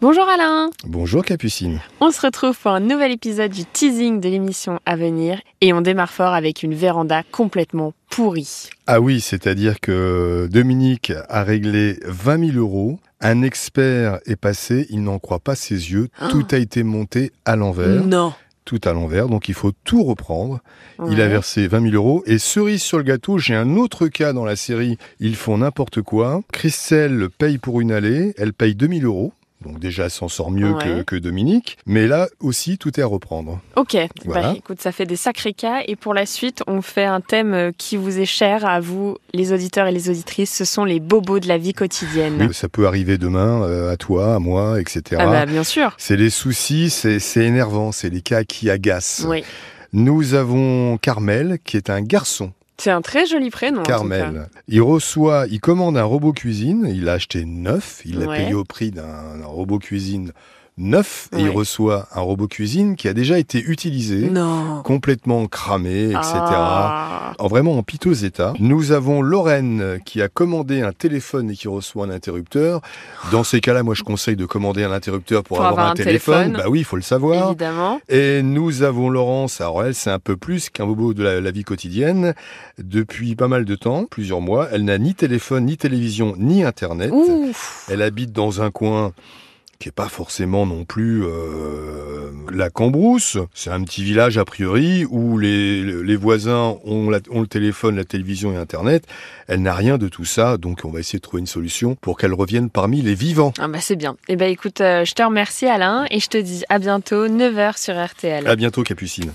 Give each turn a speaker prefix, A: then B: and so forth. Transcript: A: Bonjour Alain
B: Bonjour Capucine.
A: On se retrouve pour un nouvel épisode du teasing de l'émission à venir et on démarre fort avec une véranda complètement pourrie.
B: Ah oui, c'est-à-dire que Dominique a réglé 20 000 euros. Un expert est passé, il n'en croit pas ses yeux.
A: Ah.
B: Tout a été monté à l'envers.
A: Non
B: Tout à l'envers, donc il faut tout reprendre. Il a
A: Ouais.
B: versé 20 000 euros. Et cerise sur le gâteau, j'ai un autre cas dans la série. Ils font n'importe quoi. Christelle paye pour une allée. Elle paye 2 000 euros. Donc déjà, elle s'en sort mieux que,
A: Ouais.
B: que Dominique. Mais là aussi, tout est à reprendre.
A: Ok,
B: Voilà.
A: bah, écoute, ça fait des sacrés cas et pour la suite, on fait un thème euh, qui vous est cher à vous, les auditeurs et les auditrices, ce sont les bobos de la vie quotidienne.
B: Oui, ça peut arriver demain euh, à toi, à moi, etc.
A: Ah bah bien sûr
B: C'est les soucis, c'est c'est énervant, c'est les cas qui agacent.
A: Oui,
B: Nous avons Carmel, qui est un garçon.
A: c'est un très joli prénom. en tout cas.
B: Carmel. Il reçoit, il commande un robot cuisine. Il l'a acheté neuf. Il l'a
A: Ouais.
B: payé au prix d'un d'un robot cuisine neuf. Et il
A: Ouais.
B: reçoit un robot cuisine qui a déjà été utilisé,
A: Non
B: complètement cramé, etc.
A: Ah.
B: En vraiment en piteux état. Nous avons Lorraine qui a commandé un téléphone et qui reçoit un interrupteur. Dans ces cas-là, moi je conseille de commander un interrupteur pour, avoir, un, téléphone.
A: téléphone.
B: Bah oui, il faut le savoir.
A: Évidemment.
B: Et nous avons Laurence. Alors elle, c'est un peu plus qu'un bobo de la, la vie quotidienne. Depuis pas mal de temps, plusieurs mois, elle n'a ni téléphone, ni télévision, ni internet.
A: Ouf
B: Elle habite dans un coin qui est pas forcément non plus euh, la Cambrousse. C'est un petit village a priori où les, les voisins ont, la- ont le téléphone, la télévision et Internet. Elle n'a rien de tout ça, donc on va essayer de trouver une solution pour qu'elle revienne parmi les vivants.
A: Ah bah c'est bien. Eh ben écoute, euh, je te remercie Alain et je te dis à bientôt 9h sur RTL.
B: À bientôt, Capucine.